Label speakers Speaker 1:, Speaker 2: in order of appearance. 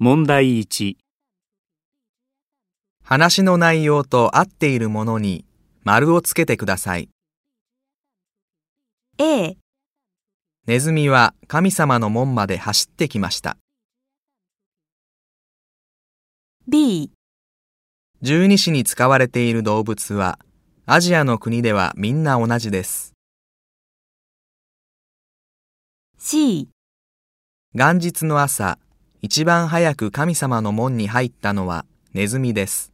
Speaker 1: 問題1、
Speaker 2: 話の内容と合っているものに丸をつけてください。
Speaker 3: A、
Speaker 2: ネズミは神様の門まで走ってきました。
Speaker 3: B、
Speaker 2: 十二支に使われている動物はアジアの国ではみんな同じです。
Speaker 3: C、
Speaker 2: 元日の朝、一番早く神様の門に入ったのはネズミです。